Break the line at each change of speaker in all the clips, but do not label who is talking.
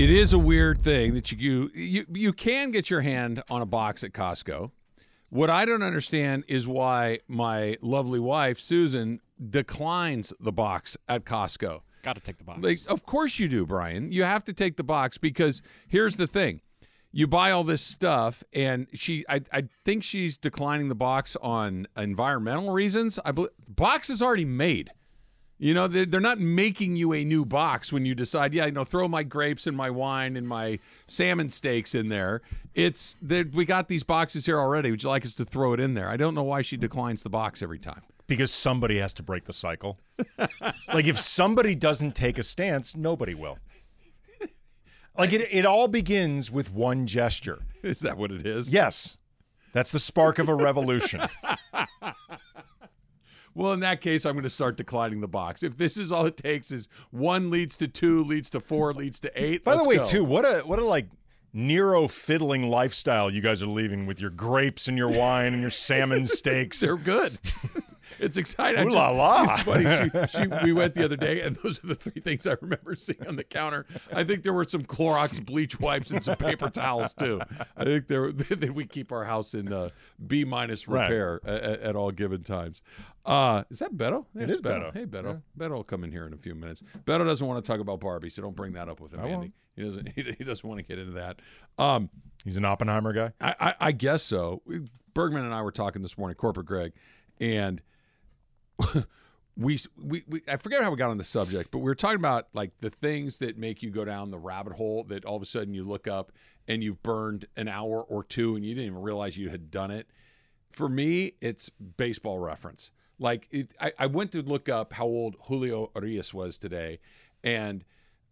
It is a weird thing that you, you you you can get your hand on a box at Costco. What I don't understand is why my lovely wife Susan declines the box at Costco.
Got to take the box.
Like, of course you do, Brian. You have to take the box because here's the thing: you buy all this stuff, and she, I, I think she's declining the box on environmental reasons. I believe box is already made. You know, they're, they're not making you a new box when you decide, yeah, you know, throw my grapes and my wine and my salmon steaks in there. It's that we got these boxes here already. Would you like us to throw it in there? I don't know why she declines the box every time.
because somebody has to break the cycle. like if somebody doesn't take a stance, nobody will. Like it, it all begins with one gesture.
Is that what it is?
Yes, that's the spark of a revolution.
Well, in that case, I'm going to start declining the box. If this is all it takes is one leads to two, leads to four, leads to eight.
By the
let's
way,
go.
too, what a what a like Nero fiddling lifestyle you guys are leaving with your grapes and your wine and your salmon steaks.
they're good. It's exciting. I
Ooh la
just-
la.
It's funny. She, she, we went the other day, and those are the three things I remember seeing on the counter. I think there were some Clorox bleach wipes and some paper towels too. I think there that we keep our house in uh, B minus
Right.
repair a- a- at, all given times. Uh, is that Beto? Yeah,
It
it's
is Beto.
Hey, Beto. Beto will come in here in a few minutes. Beto doesn't want to talk about Barbie, so don't bring that up with him, Andy.
won't.
He doesn't. He, he doesn't want to get into that. Um,
He's an Oppenheimer guy.
I, I, I guess so. Bergman and I were talking this morning, corporate Greg, and we, we we I forget how we got on the subject, but we were talking about like the things that make you go down the rabbit hole that all of a sudden you look up and you've burned an hour or two and you didn't even realize you had done it. For me, it's baseball reference. Like it, I, I went to look up how old Julio Arias was today, and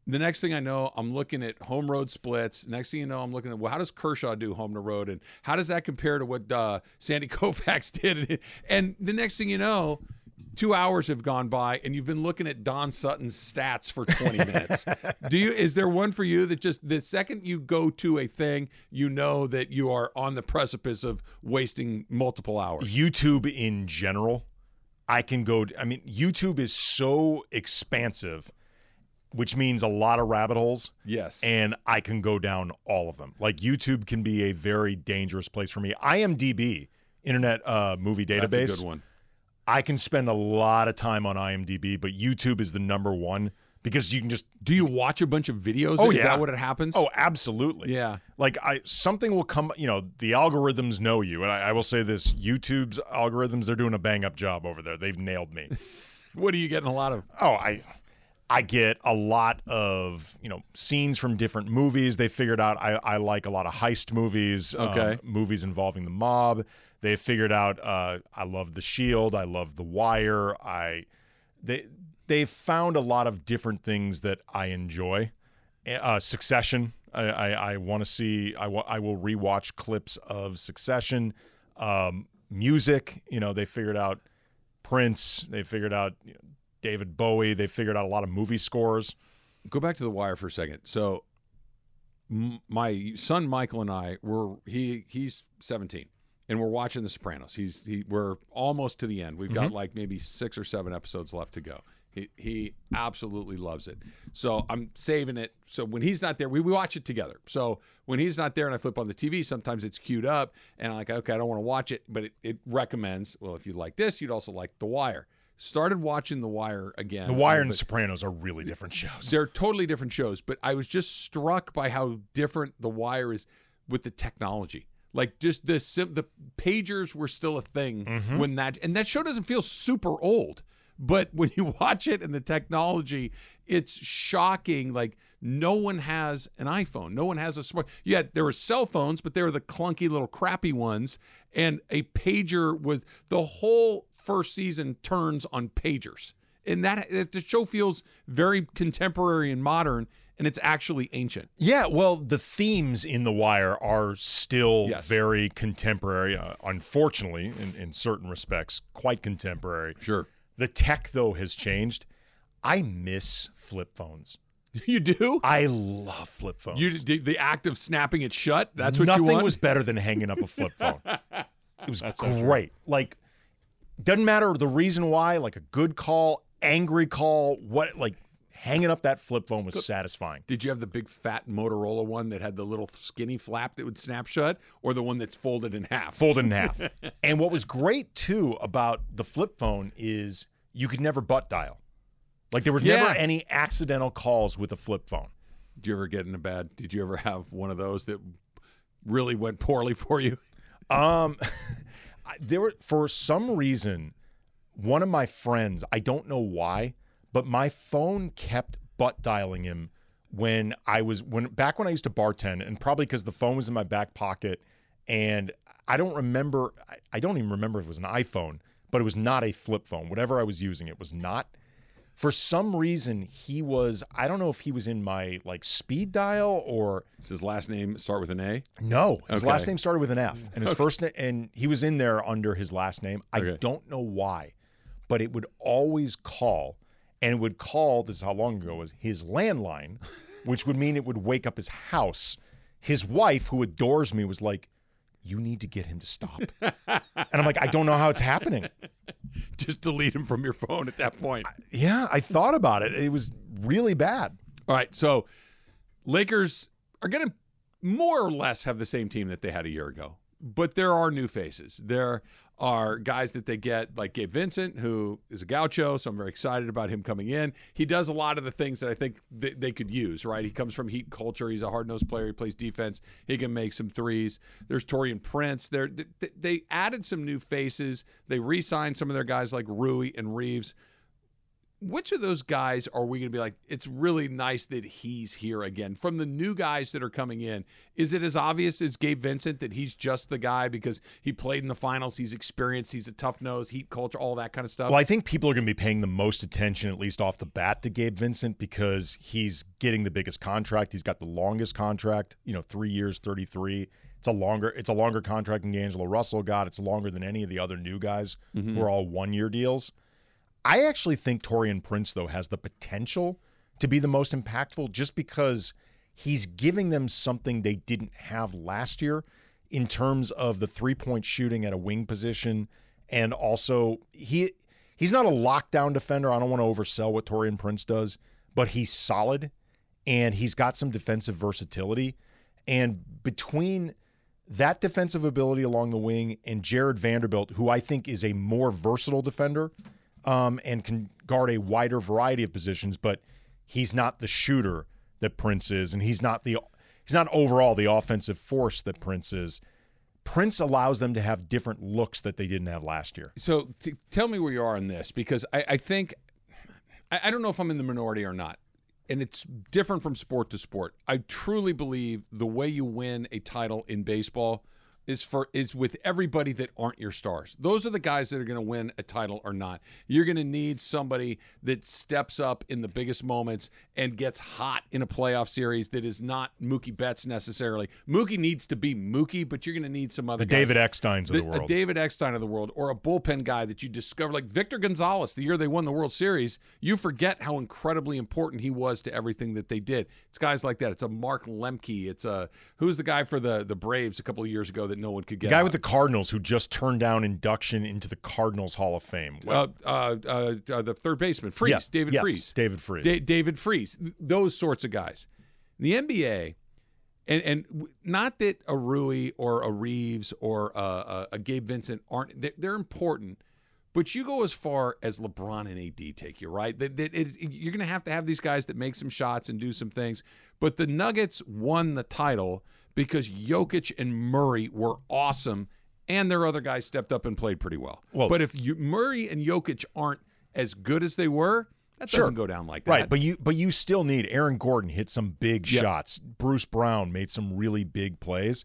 the next thing I know, I'm looking at home road splits. Next thing you know, I'm looking at well, how does Kershaw do home to road, and how does that compare to what uh, Sandy Koufax did? And the next thing you know, two hours have gone by, and you've been looking at Don Sutton's stats for 20 minutes. do you? Is there one for you that just the second you go to a thing, you know that you are on the precipice of wasting multiple hours?
YouTube in general, I can go. I mean, YouTube is so expansive, which means a lot of rabbit holes.
Yes.
And I can go down all of them. Like YouTube can be a very dangerous place for me. IMDb, Internet uh, Movie Database.
That's a good one.
I can spend a lot of time on IMDb, but YouTube is the number one because you can just.
Do you watch a bunch of videos?
Oh,
is
yeah.
that what it happens?
Oh, absolutely.
Yeah.
Like I, something will come. You know, the algorithms know you, and I, I will say this: YouTube's algorithms—they're doing a bang-up job over there. They've nailed me.
What are you getting a lot of?
oh i i get a lot of you know scenes from different movies they figured out i, I like a lot of heist movies um,
Okay.
movies involving the mob they figured out uh, i love the shield i love the wire i they they found a lot of different things that i enjoy uh, Succession. I, I, I want to see. I wa- I will rewatch clips of Succession. Um, music. You know, they figured out Prince. They figured out you know, David Bowie. They figured out a lot of movie scores.
go back to the wire for a second. So, m- my son Michael and I were he he's 17, and we're watching The Sopranos. He's he we're almost to the end. We've
Mm-hmm.
got like maybe six or seven episodes left to go. He he absolutely loves it. So I'm saving it. So when he's not there, we, we watch it together. So when he's not there, and I flip on the TV, sometimes it's queued up, and I'm like, okay, I don't want to watch it, but it, it recommends. Well, if you like this, you'd also like The Wire. Started watching The Wire again.
The Wire and Sopranos are really different shows.
They're totally different shows, but I was just struck by how different The Wire is with the technology. Like just the sim- the pagers were still a thing when that and that show doesn't feel super old, but when you watch it and the technology, it's shocking. Like no one has an iPhone, no one has a smart. Yeah, there were cell phones, but they were the clunky little crappy ones, and a pager was the whole first season turns on pagers and that if the show feels very contemporary and modern and it's actually ancient.
Yeah, well, the themes in The Wire are still
Yes.
very contemporary, uh, unfortunately, in, in certain respects, quite contemporary.
Sure.
The tech, though, has changed. I miss flip phones.
You do?
I love flip phones.
You the, the act of snapping it shut. That's what
Nothing
you want.
was better than hanging up a flip phone. It was great. Like, doesn't matter the reason why, like a good call, angry call, what, like, hanging up that flip phone was satisfying.
Did you have the big fat Motorola one that had the little skinny flap that would snap shut, or the one that's folded in half?
folded in half. and what was great too about the flip phone is you could never butt dial. Like there was
Yeah.
never any accidental calls with a flip phone.
Did you ever get in a bad? Did you ever have one of those that really went poorly for you?
Um, I- there were for some reason one of my friends. I don't know why, but my phone kept butt dialing him when I was when back when I used to bartend, and probably because the phone was in my back pocket, and I don't remember. I, I don't even remember if it was an iPhone, but it was not a flip phone. Whatever I was using, it was not. For some reason, he was. I don't know if he was in my like speed dial or
Does his last name start with an A?
no, his
Okay.
last name started with an F, and his first name, and he was in there under his last name. I
Okay.
don't know why, but it would always call, and it would call. This is how long ago it was his landline, which would mean it would wake up his house. His wife, who adores me, was like, "You need to get him to stop," and I'm like, "I don't know how it's happening."
Just delete him from your phone at that point.
Yeah, I thought about it. It was really bad.
All right, so Lakers are going to more or less have the same team that they had a year ago, but there are new faces. There are guys that they get, like Gabe Vincent, who is a gaucho, so I'm very excited about him coming in. He does a lot of the things that I think th- they could use, right? He comes from heat culture. He's a hard-nosed player. He plays defense. He can make some threes. There's Torian Prince. They're, th- th- they added some new faces. They re-signed some of their guys like Rui and Reeves which of those guys are we going to be like it's really nice that he's here again from the new guys that are coming in is it as obvious as gabe vincent that he's just the guy because he played in the finals he's experienced he's a tough nose heat culture all that kind of stuff
Well, I think people are going to be paying the most attention, at least off the bat, to Gabe Vincent because he's getting the biggest contract. He's got the longest contract. You know, three years, thirty-three. It's a longer. It's a longer contract than D'Angelo Russell got. It's longer than any of the other new guys who are all one-year deals. I actually think Torian Prince though has the potential to be the most impactful, just because he's giving them something they didn't have last year in terms of the three-point shooting at a wing position, and also he he's not a lockdown defender. I don't want to oversell what Torian Prince does, but he's solid and he's got some defensive versatility. And between that defensive ability along the wing and Jared Vanderbilt, who I think is a more versatile defender um, and can guard a wider variety of positions, but he's not the shooter that Prince is, and he's not the he's not overall the offensive force that Prince is. Prince allows them to have different looks that they didn't have last year.
so t- tell me where you are on this because I, I think I, I don't know if I'm in the minority or not, and it's different from sport to sport. I truly believe the way you win a title in baseball is for is with everybody that aren't your stars. Those are the guys that are going to win a title or not. You're going to need somebody that steps up in the biggest moments and gets hot in a playoff series that is not Mookie Betts necessarily. Mookie needs to be Mookie, but you're going to need some other
The
guys.
David Ecksteins of the,
The- uh,
world.
A David Eckstein of the world, or a bullpen guy that you discover, like Victor Gonzalez, the year they won the World Series, you forget how incredibly important he was to everything that they did. It's guys like that. It's a Mark Lemke. It's a who's the guy for the the Braves a couple of years ago that no one could get.
guy with the Cardinals who just turned down induction into the Cardinals Hall of Fame.
uh, uh, uh, uh, the third baseman, Freeze,
Yeah,
David
yes,
Freeze,
David Freeze.
Da- David Freeze, th- those sorts of guys. The NBA, and and w- not that a Rui or a Reeves or a, a, a Gabe Vincent aren't they're, they're important, but you go as far as LeBron and AD take you right. That, that it, you're going to have to have these guys that make some shots and do some things. But the Nuggets won the title because Jokic and Murray were awesome, and their other guys stepped up and played pretty well.
Well-
but if you, Murray and Jokic aren't as good as they were, that
Sure.
doesn't go down like that.
Right, but you but you still need Aaron Gordon hit some big
Yeah.
shots. Bruce Brown made some really big plays.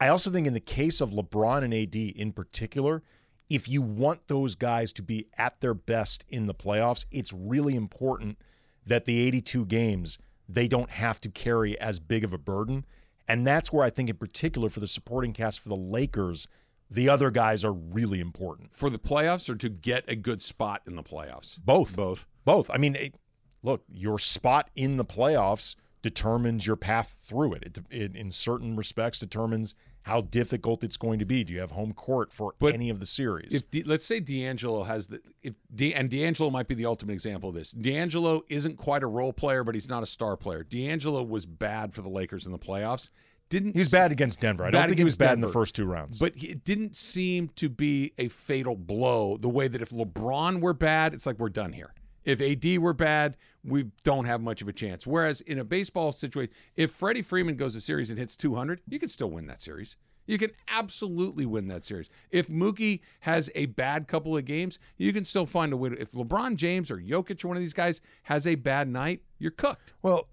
I also think in the case of LeBron and AD in particular, if you want those guys to be at their best in the playoffs, it's really important that the 82 games they don't have to carry as big of a burden. And that's where I think, in particular, for the supporting cast for the Lakers, the other guys are really important.
for the playoffs or to get a good spot in the playoffs?
Both.
Both.
Both. I mean, it, look, your spot in the playoffs determines your path through it. It, de- it, in certain respects, determines how difficult it's going to be. Do you have home court for
But
any of the series?
If De, let's say D'Angelo has the if De, and D'Angelo might be the ultimate example of this. D'Angelo isn't quite a role player, but he's not a star player. D'Angelo was bad for the Lakers in the playoffs. Didn't
he was bad against Denver. I
Bad
don't think he was
against
bad in the
Denver.
first two rounds.
But he- it didn't seem to be a fatal blow the way that if LeBron were bad, it's like we're done here. If AD were bad, we don't have much of a chance. Whereas in a baseball situation, if Freddie Freeman goes a series and hits 200, you can still win that series. You can absolutely win that series. If Mookie has a bad couple of games, you can still find a win. If LeBron James or Jokic or one of these guys has a bad night, you're cooked.
Well,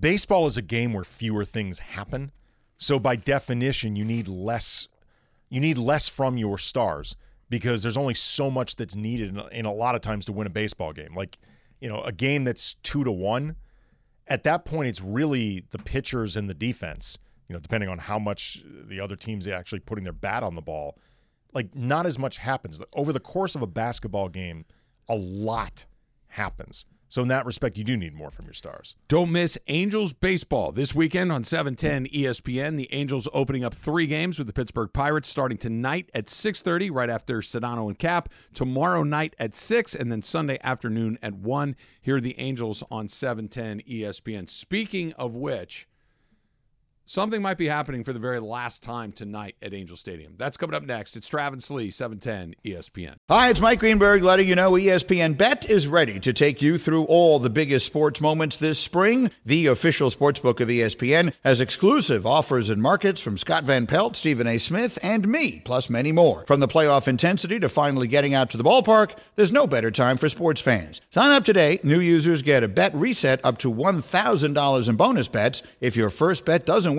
baseball is a game where fewer things happen. So by definition, you need less you need less from your stars because there's only so much that's needed in, in a lot of times to win a baseball game. Like, you know, a game that's 2 to 1, at that point it's really the pitchers and the defense, you know, depending on how much the other team's actually putting their bat on the ball. Like not as much happens. Over the course of a basketball game, a lot happens. So in that respect, you do need more from your stars.
Don't miss Angels baseball this weekend on E 710 ESPN. The Angels opening up three games with the Pittsburgh Pirates starting tonight at 6:30 right after Sedano and Cap, tomorrow night at 6 and then Sunday afternoon at 1. Here are the Angels on E 710 ESPN. Speaking of which, something might be happening for the very last time tonight at Angel Stadium. That's coming up next. It's Travis Lee, E 710 ESPN.
Hi, it's Mike Greenberg letting you know E ESPN Bet is ready to take you through all the biggest sports moments this spring. The official sportsbook of E ESPN has exclusive offers and markets from Scott Van Pelt, Stephen A. Smith, and me, plus many more. From the playoff intensity to finally getting out to the ballpark, there's no better time for sports fans. Sign up today. New users get a bet reset up to $1,000 in bonus bets if your first bet doesn't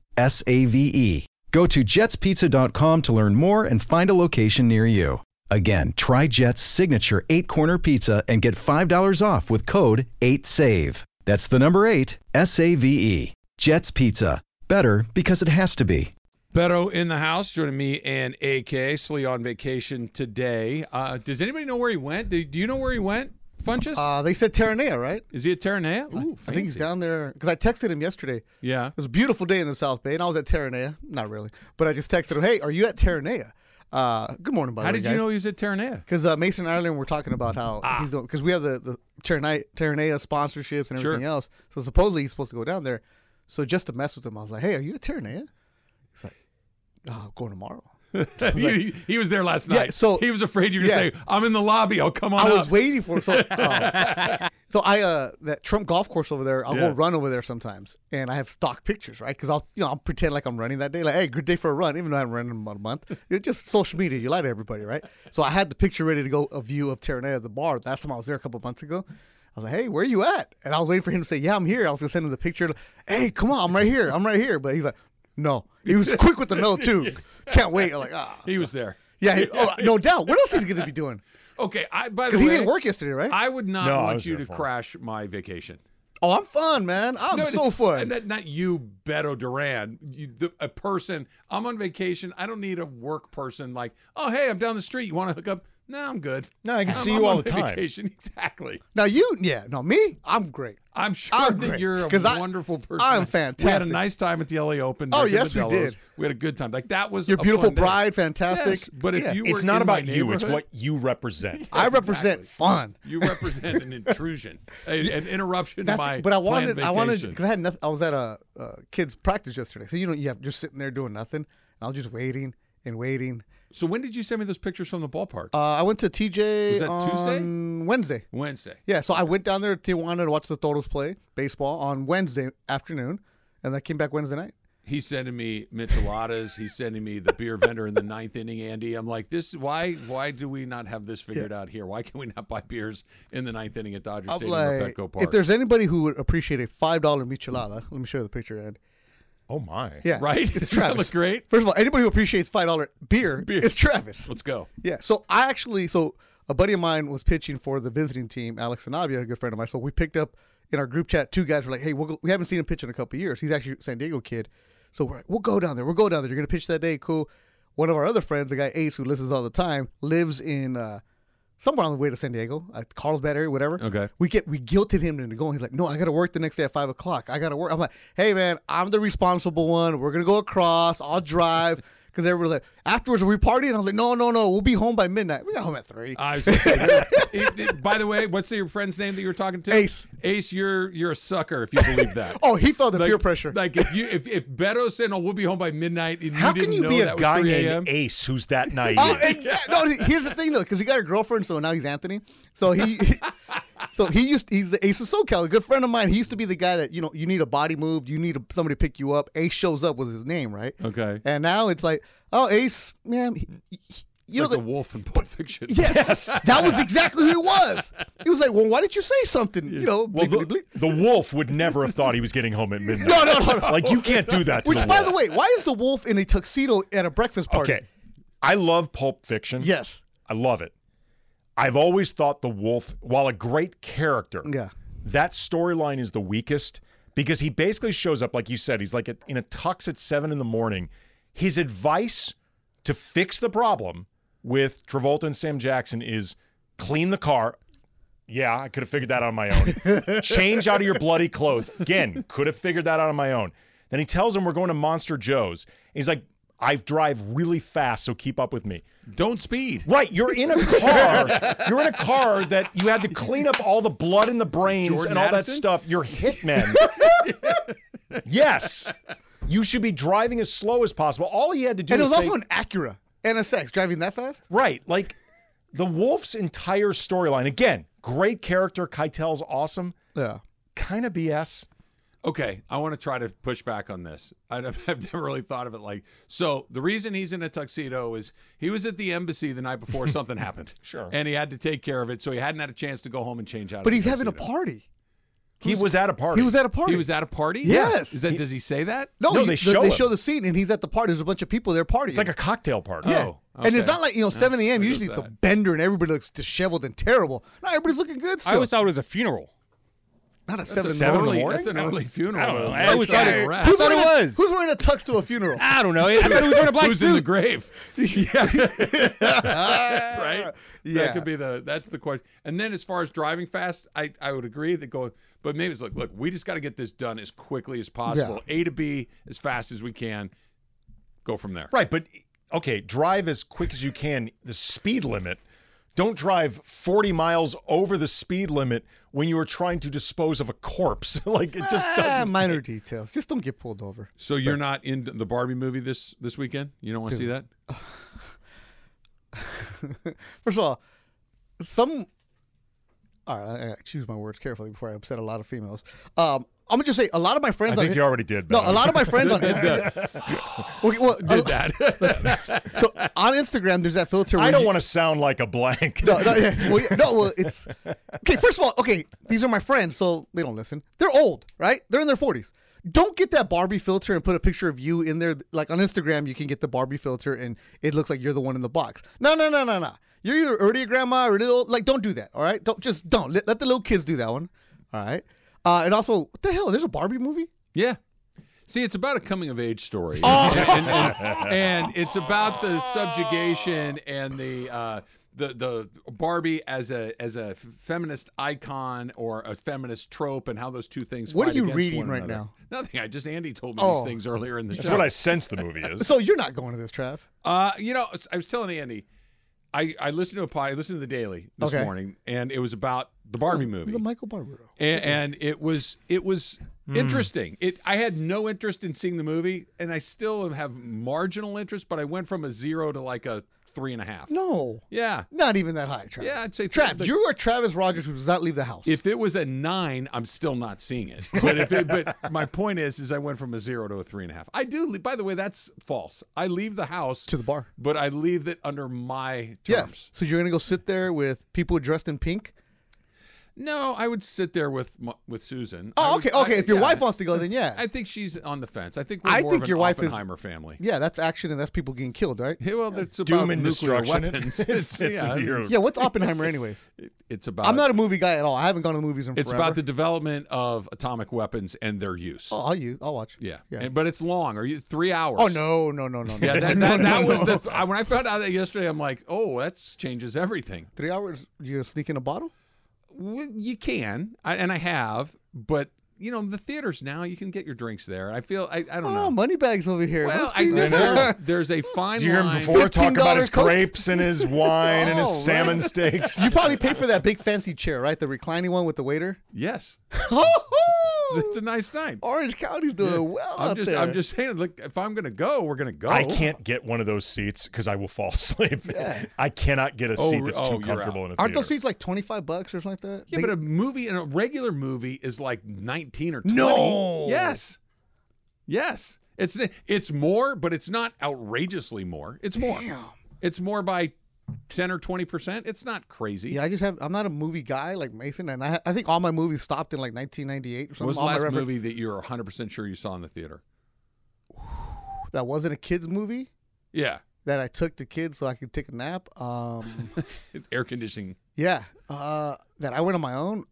S A V E. Go to jetspizza.com to learn more and find a location near you. Again, try Jet's signature eight corner pizza and get $5 off with code 8SAVE. That's the number eight, S A V E. Jet's Pizza. Better because it has to be.
Beto in the house, joining me and AK Slee on vacation today. Uh, does anybody know where he went? Do, do you know where he went, Funchess?
Uh, they said Terranea, right?
Is he at Terranea? Ooh,
I think he's
fancy.
down there because I texted him yesterday. It
Yeah.
was a beautiful day in the South Bay, and I was at Terranea. Not really, but I just texted him, "Hey, are you at Terranea?" Uh, good morning, by
How
the way,
did you Ah. know he was at Terranea?
Because uh, Mason and Ireland were talking about how he's doing because we have the the Terranea, Terranea sponsorships and everything
Sure.
else. So supposedly he's supposed to go down there. So just to mess with him, I was like, "Hey, are you at Terranea?" He's like, "Oh, I'm going tomorrow."
he, he was there last night.
so-
he was afraid you were going
yeah.
to say, "I'm in the lobby. I'll come on."
I was
up."
waiting for so. oh. so I uh that Trump golf course over there. I'll
Yeah.
go run over there sometimes, and I have stock pictures, right? Because I'll you know I'll pretend like I'm running that day, like hey, good day for a run, even though I haven't run in about a month. It's just social media. You lie to everybody, right? So I had the picture ready to go a view of Terranea at the bar. Last time I was there a couple months ago. I was like, "Hey, where you at?" And I was waiting for him to say, "Yeah, I'm here." I was gonna send him the picture. like, hey, come on, I'm right here. I'm right here. But he's like, "No." He was quick with the no too. Can't wait. I'm like, ah,
He was there.
yeah, he- oh, no doubt. What else is he gonna be doing?
Okay. I by the
Because
way,
he didn't work yesterday, right?
I would not
No, I
want
was
you to
there for him.
crash my vacation.
Oh, I'm fun, man. I'm
No,
so
it's-
fun.
and Not, not you, Beto Duran. You, the, a person. I'm on vacation. I don't need a work person. Like, oh hey, I'm down the street. You want to hook up? No, I'm good.
No, I can
I'm-
see
I'm
you all
on
the time.
Vacation. Exactly.
now you, yeah, no, me, I'm great.
I'm sure
I'm
that
great,
you're a
'cause I-
wonderful person.
I'm
We had a
fantastic.
nice time at the LA Open.
Oh,
back in the
yes, we
Delos.
did.
We had a good time. Like that was
Your
a
beautiful
fun day.
bride, fantastic.
Yes, but if
Yeah.
you were
It's
in
not
my
about you, it's
neighborhood,
what you represent.
I represent fun.
you represent an intrusion, a, an interruption to
That's,
my
but I
planned
wanted, I wanted,
vacation.
because I had nothing. I was at a, uh kids' practice yesterday, so you know, you have just sitting there doing nothing, and I was just waiting. and waiting.
So when did you send me those pictures from the ballpark?
Uh, I went to TJ
Was that Tuesday?
on Wednesday.
Wednesday.
Yeah, so I went down there to Tijuana to watch the Toros play baseball on Wednesday afternoon, and I came back Wednesday night.
He's sending me micheladas. He's sending me the beer vendor in the ninth inning, Andy. I'm like, this. Why? Why do we not have this figured out here? Why can we not buy beers in the ninth inning at Dodger
I'm
Stadium or
like,
Petco Park?
if there's anybody who would appreciate a five dollar michelada, let me show you the picture, Ed.
Oh my.
Yeah,
Right?
It's
Doesn't that
Travis.
look great?
First of all, anybody who appreciates five dollar beer,
Beer.
is Travis.
Let's go.
Yeah. So I actually, so a buddy of mine was pitching for the visiting team, Alex Sanabia, a good friend of mine. So we picked up in our group chat, two guys were like, hey, we'll go, we haven't seen him pitch in a couple of years. He's actually a San Diego kid. So we're like, we'll go down there. We'll go down there. You're going to pitch that day. Cool. One of our other friends, a guy Ace, who listens all the time, lives in uh, somewhere on the way to San Diego, uh, Carlsbad area, whatever.
Okay.
We get we guilted him into going. He's like, no, I got to work the next day at five o'clock. I got to work. I'm like, hey man, I'm the responsible one. We're gonna go across. I'll drive. Because everybody's like, afterwards we party, and I was like, no, no, no, we'll be home by midnight. We got home at three.
I was gonna say, it- it- by the way, what's your friend's name that you were talking to?
Ace.
Ace, you're you're a sucker if you believe that.
oh, he felt the
Like-
peer pressure.
Like if you if, if Beto said, "Oh, we'll be home by midnight," and
How
you
can
didn't
you
know
be a
that
guy
was 3
named
a.m.?
Ace who's that naive?
Oh, exactly. No, here's the thing though, because he got a girlfriend, so now he's Anthony. So he, so he used he's the ace of SoCal, a good friend of mine. He used to be the guy that you know you need a body move, you need a, somebody to pick you up. Ace shows up was his name, right?
Okay.
And now it's like, oh, Ace, man, he- he- he- you
like
know
the wolf in Pulp Fiction.
Yes, that was exactly who he was. He was like, "Well, why didn't you say something?" You know,
Well,
bleep, bleep,
the,
bleep.
the wolf would never have thought he was getting home at midnight.
No, no, no, no.
Like you can't do that. To
Which,
the
by
wolf.
the way, why is the wolf in a tuxedo at a breakfast party?
okay, I love Pulp Fiction.
Yes.
I love it. I've always thought the wolf, while a great character,
Yeah.
that storyline is the weakest because he basically shows up, like you said, he's like at- in a tux at seven in the morning. His advice to fix the problem with Travolta and Sam Jackson is clean the car. Yeah, I could have figured that out on my own. Change out of your bloody clothes. Again, could have figured that out on my own. Then he tells him we're going to Monster Joe's. He's like, I drive really fast, so keep up with me.
Don't speed.
Right, you're in a car. you're in a car that you had to clean up all the blood in the brains
Jordan
and all
Addison?
that stuff. You're hitmen. yes, you should be driving as slow as possible. All he had to do.
And it was
was say-
also an Acura NSX driving that fast.
right, like the Wolf's entire storyline. Again, great character. Keitel's awesome.
Yeah.
Kind of BS.
Okay, I want to try to push back on this. I don't- I've never really thought of it like so. The reason he's in a tuxedo is he was at the embassy the night before something happened.
Sure.
and he had to take care of it, so he hadn't had a chance to go home and change out.
But
of
he's
the
having a
tuxedo.
party.
He was at a party.
He was at a party.
He was at a party.
Yes.
Is that does he say that?
no,
No,
you-
they
the-
show
they
him.
show the scene, and he's at the party. There's a bunch of people there partying.
It's like a cocktail party.
yeah.
Oh,
And it's
okay.
not like you know 7 a.m.
it
Usually
is
it's a
bad.
bender, and everybody looks disheveled and terrible. Now everybody's looking good still.
I always thought it was a funeral.
not at seven. in the
Seven in the
early,
morning?
That's an early funeral.
I don't know. I
That's
always
not
thought
a
it-
wrap.
who's-
Who's wearing
thought it
a-
was.
Who's wearing a tux to a funeral?
I don't know. I thought he was wearing a black
Who's in the
suit.
grave? Yeah. right? That
Yeah.
could be the that's the question. And then as far as driving fast, I, I would agree that going but maybe it's like, look, we just gotta get this done as quickly as possible. A to B as fast as we can. Go from there.
Right, but okay, drive as quick as you can, the speed limit. Don't drive 40 miles over the speed limit when you are trying to dispose of a corpse. like it just
Ah,
doesn't
minor details. Just don't get pulled over.
So you're not in the Barbie movie this this weekend? You don't want to see that?
First of all, some. All right, I, I choose my words carefully before I upset a lot of females. Um, I'm gonna just say a lot of my friends.
I
on,
think you already did,
No,
but-
a lot of my friends on Instagram. okay, well, did so on Instagram, there's that filter.
I
where
don't
you-
want to sound like a blank.
No, no, yeah. Well, yeah, no, well, it's okay. First of all, okay, these are my friends, so they don't listen. They're old, right? They're in their forties. Don't get that Barbie filter and put a picture of you in there. Like on Instagram, you can get the Barbie filter, and it looks like you're the one in the box. No, no, no, no, no. You're either already a grandma or a little. Like, don't do that. All right, don't just don't let, let the little kids do that one. All right, uh, and also, what the hell? There's a Barbie movie.
Yeah. See, it's about a coming of age story,
Oh.
and, and- and it's about the subjugation and the uh, the the Barbie as a as a feminist icon or a feminist trope, and how those two things.
What are
fight
you
against
reading
one
right
another.
now?
Nothing. I just Andy told me
Oh.
these things earlier in the
That's
show.
what I sense the movie is.
So you're not going to this, Trav.
Uh, you know, I was telling Andy, I, I listened to a pod, I listened to the Daily this
Okay.
morning, and it was about the Barbie movie.
The Michael Barbaro.
and, and it was it was
Hmm.
interesting. It I had no interest in seeing the movie, and I still have marginal interest, but I went from a zero to like a three and a half.
No.
Yeah.
Not even that high, Travis.
Yeah, I'd say
Trav,
the-
you are Travis Rogers who does not leave the house.
If it was a nine, I'm still not seeing it. But if it, but my point is, is I went from a zero to a three and a half. I do. By the way, that's false. I leave the house
To the bar.
but I leave it under my terms.
yes. So you're gonna go sit there with people dressed in pink?
No, I would sit there with Mo- with Susan. I
Oh,
would-
okay, okay.
I-
if your
yeah.
wife wants to go, then yeah.
I think she's on the fence. I think we're
I
more of
think
an
your wife is-
Oppenheimer family.
yeah, that's action and that's people getting killed, right?
Yeah, well, it's about
Doom and
nuclear
destruction.
weapons.
It's- it's a hero.
Yeah, what's Oppenheimer anyways?
it's about.
I'm not a movie guy at all. I haven't gone to the movies in
It's
forever.
about the development of atomic weapons and their use.
Oh, I'll use. I'll watch.
yeah,
Yeah.
And, but it's long. Are you three hours?
oh no, no, no, no. no.
Yeah, that,
No,
that,
no,
that
no.
was the th- I- when I found out that yesterday. I'm like, oh, that changes everything.
three hours. You sneak in a bottle?
Well, you can, I, and I have, but you know, the theaters now you can get your drinks there. I feel I, I don't
Oh,
know.
money bags over here.
well,
Must
I,
be-
there's, there's a fine
Did you hear him
line.
before talk about
$15
his
Coke?
crepes and his wine and
Oh,
his
right.
salmon steaks?
you probably paid for that big fancy chair, right? The reclining one with the waiter.
Yes,
Oh,
it's a nice night.
Orange County's doing well
I'm
out
just
there.
I'm just saying. Look, if I'm gonna go, we're gonna go.
I can't get one of those seats because I will fall asleep. I cannot get a
Oh,
seat that's
oh,
too
you're
comfortable
out.
in a theater.
Aren't those seats like twenty five bucks or something like that?
Yeah,
They-
but a movie and a regular movie is like 19 or 20.
No.
Yes. Yes. It's it's more, but it's not outrageously more. It's more. It's more by 10 or 20%. It's not crazy.
yeah, I just have. I'm not a movie guy like Mason, and I, I think all my movies stopped in like 1998 or something.
What was the
All my
last
refer-
movie that you were 100% sure you saw in the theater?
that wasn't a kids movie
Yeah.
that I took the kids so I could take a nap? Um,
It's air conditioning.
yeah, uh, that I went on my own.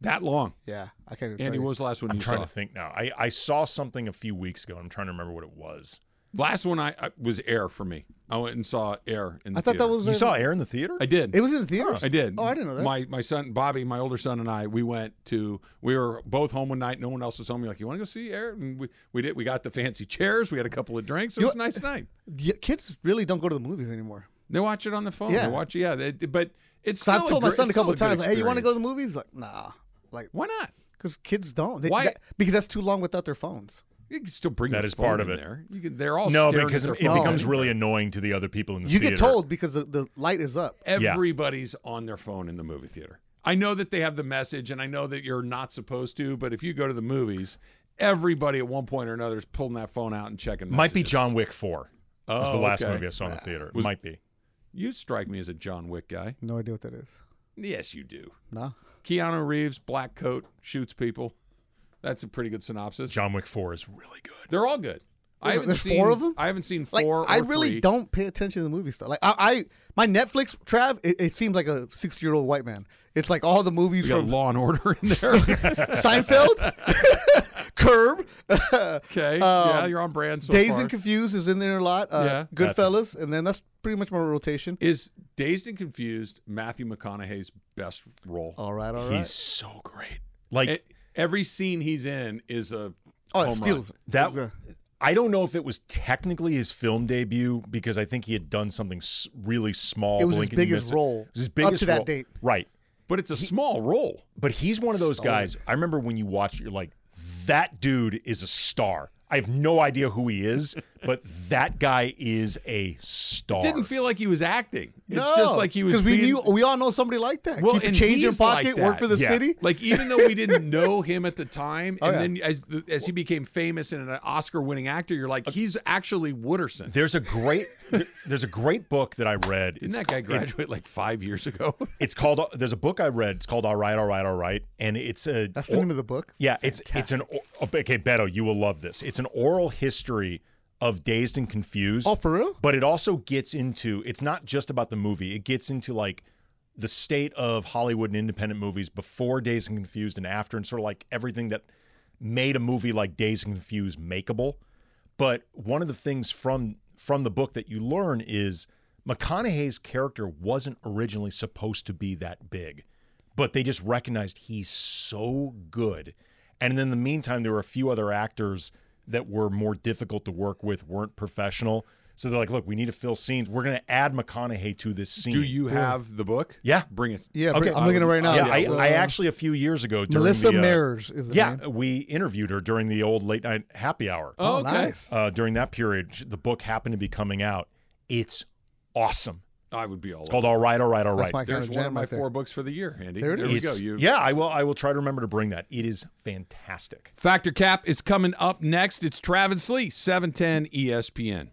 That long.
Yeah, I can't. Even
Andy,
tell
what
you.
was the last one
I'm
you
trying
saw?
to think now. I, I saw something a few weeks ago. and I'm trying to remember what it was.
Last one I, I was Air for me. I went and saw Air in the
I thought that
theater.
was.
You
a-
saw Air in the theater?
I did.
It was in the theaters.
I did.
Oh, I didn't know that.
My my son Bobby, my older son, and I, we went to. We were both home one night. No one else was home. We're like, you want to go see Air? And we we did. We got the fancy chairs. We had a couple of drinks. It was a nice night.
Yeah, kids really don't go to the movies anymore.
They watch it on the phone.
Yeah.
They watch. Yeah. They, but it's.
So
still
I've told
a
my
gr-
son a
it's still
couple
good
times, "Hey, you want to go to
experience.
the movies?" Like, nah, like
Why not?
because kids don't. They,
Why-
that- because that's too long without their phones.
You can still bring
That
your
is
phone
part of
in
it.
There, you can. They're all
no,
staring
because
at
it,
their
phone.
becomes
phone.
really annoying to the other people in the
You
theater.
get told because the, the light is up.
Yeah.
Everybody's on their phone in the movie theater. I know that they have the message, and I know that you're not supposed to. But if you go to the movies, everybody at one point or another is pulling that phone out and checking. Messages.
Might be John Wick 4. was the
Oh,
last
okay.
movie I saw in the theater.
Was-
Might be.
You strike me as a John Wick guy.
No idea what that is.
Yes, you do.
No.
Keanu Reeves, black coat, shoots people. That's a pretty good synopsis.
John Wick 4 is really good.
They're all good. I
There's-
haven't
there's
seen,
four of 'em?
I haven't seen
Like
four.
I
or
really
three.
don't pay attention to the movie stuff. Like I, I my Netflix Trav, it, it seems like a sixty year old white man. It's like all the movies
We got
from
Law and Order in there.
Seinfeld, Curb,
okay. yeah,
Um,
you're on brand so
Days
far.
and Confused is in there a lot. Uh,
Yeah.
Goodfellas, and then that's pretty much my rotation.
Is Dazed and Confused Matthew McConaughey's best role?
All right, all right.
He's so great. Like
E- every scene he's in is a
oh,
home
it steals
Run.
that
Okay.
I don't know if it was technically his film debut because I think he had done something s- really small.
It was his
blink and you
biggest
miss it.
role
It was his
up
biggest
to that
role.
date.
right?
But it's a small role.
But he's one of those
Solid.
guys. I remember when you watch, it, you're like, that dude is a star. I have no idea who he is, but that guy is a star.
Didn't feel like he was acting.
No,
it's just like he was
because we
being-
knew we all know somebody like that.
Well,
Keep a
and
change in
he's like
pocket,
that.
work for the
Yeah.
city.
Like even though we didn't know him at the time,
Oh,
and
yeah.
then as the, as he became famous and an Oscar-winning actor, you're like, he's actually Wooderson.
there's a great there- there's a great book that I read.
Didn't
It's
that guy graduate like five years ago?
it's called there's a book I read. It's called All Right, All Right, All Right, and it's a
That's the name of the book.
Yeah, it's it's an o- okay, Beto, you will love this. It's an oral history of Dazed and Confused.
Oh, for real?
But it also gets into it's not just about the movie. It gets into like the state of Hollywood and independent movies before Dazed and Confused and after, and sort of like everything that made a movie like Dazed and Confused makeable. But one of the things from from the book that you learn is McConaughey's character wasn't originally supposed to be that big, but they just recognized he's so good. And in the meantime, there were a few other actors that were more difficult to work with, weren't professional. So they're like, look, we need to fill scenes. We're going to add McConaughey to this scene.
Do you have the book?
Yeah.
Bring it.
Yeah,
Okay.
I'm looking at it right now.
Yeah, I,
So,
I actually a few years ago during
uh, Melissa
the, uh,
Mayers is the
Yeah,
name.
we interviewed her during the old late night happy hour.
Oh, okay.
nice.
Uh, during that period, sh- the book happened to be coming out. It's awesome.
I would be all.
It's
over.
called All Right, All Right, All
That's
Right.
my kind
There's
of
one of
jam
my
right there.
four books for the year, Andy.
There it
we go.
It's-
You,
yeah, I will. I will try to remember to bring that. It is fantastic.
Factor Cap is coming up next. It's Travis Lee, E 710 ESPN.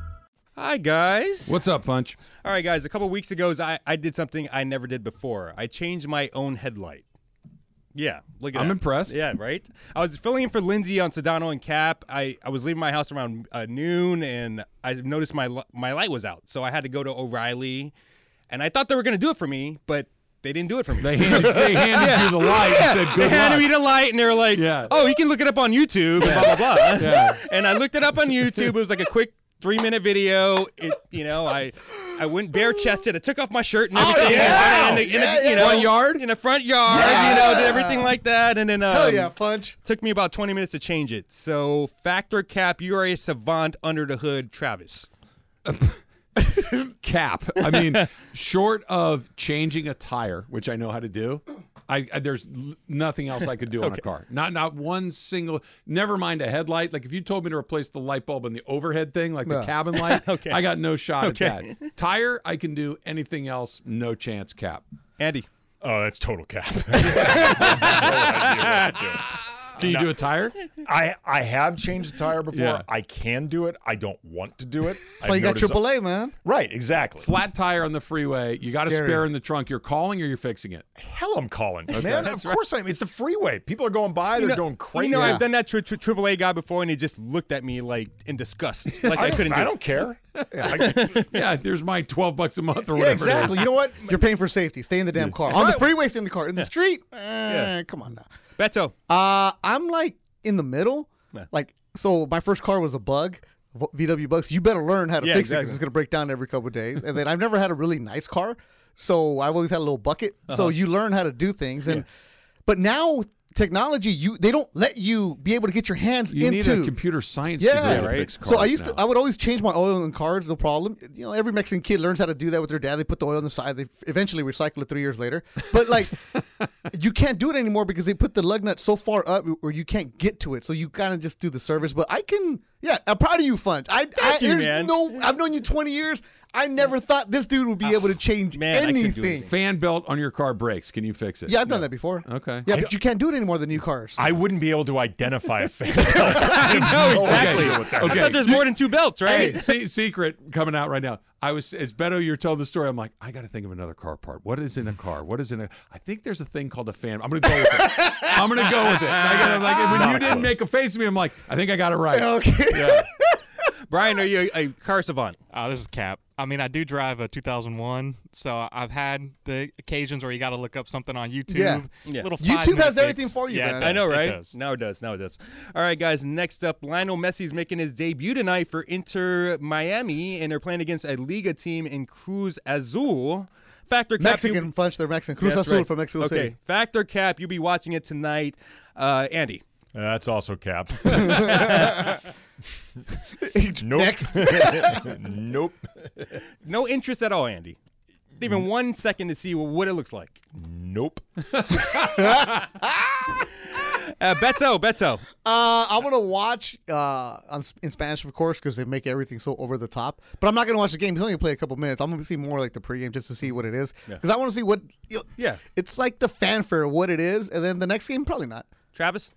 Hi, guys.
What's up, Funch?
All right, guys. A couple weeks ago, I, I did something I never did before. I changed my own headlight. Yeah, look at
I'm
that.
impressed.
Yeah, right. I was filling in for Lindsay on Sedano and Cap. I, I was leaving my house around uh, noon, and I noticed my li- my light was out, so I had to go to O'Reilly, and I thought they were gonna do it for me, but they didn't do it for me.
They handed, they handed you the light
Yeah.
and said, good
they handed
luck.
me the light and they were like,
Yeah.
oh, you can look it up on YouTube and blah, blah, blah. And I looked it up on YouTube. It was like a quick three minute video. It, you know, I, I went bare chested. I took off my shirt and everything.
Oh, yeah.
In, a, in, a,
Yeah,
you
yeah.
know,
Front yard?
In a front yard, you know, did everything like that. And then, um,
Hell yeah, Funch.
Took me about 20 minutes to change it. So, Factor Cap, you are a savant under the hood, Travis.
cap. I mean, short of changing a tire, which I know how to do, I, I there's l- nothing else I could do on a car. Not not one single. Never mind a headlight. Like if you told me to replace the light bulb in the overhead thing, like the cabin light, I got no shot at that. Tire, I can do anything else. No chance, cap.
Andy.
Oh, that's total cap.
Can you do a tire?
I I have changed the tire before.
Yeah.
I can do it. I don't want to do it.
That's why you got AAA, man.
Right, exactly.
Flat tire on the freeway. You got a
Scary.
spare in the trunk. You're calling or you're fixing it.
Hell, I'm calling. Man, of course I'm. It's the freeway. People are going by. They're going crazy.
You know,
Yeah.
I've done that to a tri- AAA guy before, and he just looked at me like in disgust. Like I,
don't-
couldn't do
I
it.
don't care. I-
Yeah, there's my 12 bucks a month or
yeah,
whatever. it is.
exactly. You know what?
You're paying for safety. Stay in the damn car. On the freeway, stay in the car. In the street, eh, come on now.
Beto.
Uh, I'm like in the middle. Like, so my first car was a bug, v- VW Bugs. You better learn how to
Yeah,
fix it because
exactly.
it's going to break down every couple of days. and then I've never had a really nice car, so I've always had a little bucket. So you learn how to do things, and but now with technology, you they don't let you be able to get your hands
You need
into
a computer science
yeah,
degree to fix cars
so I used
now.
to, I would always change my oil in cars, no problem. You know, every Mexican kid learns how to do that with their dad. They put the oil on the side. They eventually recycle it three years later. But like, you can't do it anymore because they put the lug nut so far up, or you can't get to it. So you kind of just do the service. But I can, yeah, I'm proud of you, Fun. I, I
you,
there's
man.
no, I've known you 20 years. I never thought this dude would be able to change
Ah, man, I couldn't do
anything.
anything.
fan belt on your car brakes. Can you fix it?
uh, Yeah, I've done that before.
Okay.
Yeah, but you can't do it anymore. The new cars.
I wouldn't be able to identify a fan. I
No,
exactly.
I
Okay.
thought there's more than two belts, right?
Hey, se- secret coming out right now. I was as Beto, you're telling the story. I'm like, I got to think of another car part. What is in a car? What is in a? I think there's a thing called a fan. I'm gonna go with it. I'm gonna go with it. I gotta, like, when you didn't make a face at me, I'm like, I think I got it right.
okay.
Brian, are you a, a car savant?
Oh, this is Cap. I mean, I do drive a 2001, so I've had the occasions where you got to look up something on YouTube.
Yeah.
Yeah.
Little
YouTube
five-minute
has everything
fix.
for you,
yeah,
man.
it
I know,
does, it
right?
does.
Now it does. Now it does. All right, guys. Next up, Lionel Messi's making his debut tonight for Inter Miami, and they're playing against a Liga team in Cruz Azul. Factor Cap, you-
Mexican French, they're Mexican. Cruz
That's
Azul
right.
from Mexico
okay.
City.
Factor Cap, you'll be watching it tonight. Uh, Andy.
That's also cap. Nope.
Next.
nope.
No interest at all, Andy. Not Even one second to see what it looks like.
Nope.
Uh, Beto, Beto.
Uh, I'm gonna watch uh on, in Spanish, of course, because they make everything so over the top. But I'm not gonna watch the game. He's only gonna play a couple minutes. I'm gonna see more like the pregame just to see what it is, because I want to see what. You
Yeah.
It's like the fanfare, of what it is, and then the next game probably not.
Travis.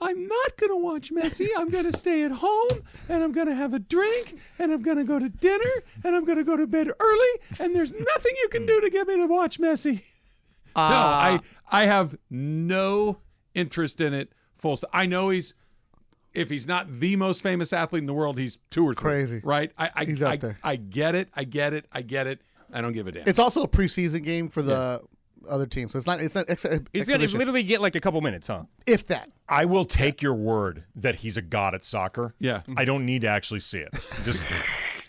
I'm not gonna watch Messi. I'm gonna stay at home and I'm gonna have a drink and I'm gonna go to dinner and I'm gonna go to bed early. And there's nothing you can do to get me to watch Messi. no,
Ah.
I I have no interest in it. Full. St- I know he's if he's not the most famous athlete in the world, he's two or three.
Crazy.
right? I, I,
He's out
I,
there.
I get it. I get it. I get it. I don't give a damn.
It's also a preseason game for the other team, so it's not it's not ex-
He's gonna
exhibition,
literally get like a couple minutes, huh?
if that.
I will take your word that he's a god at soccer.
Yeah.
I don't need to actually see it. Just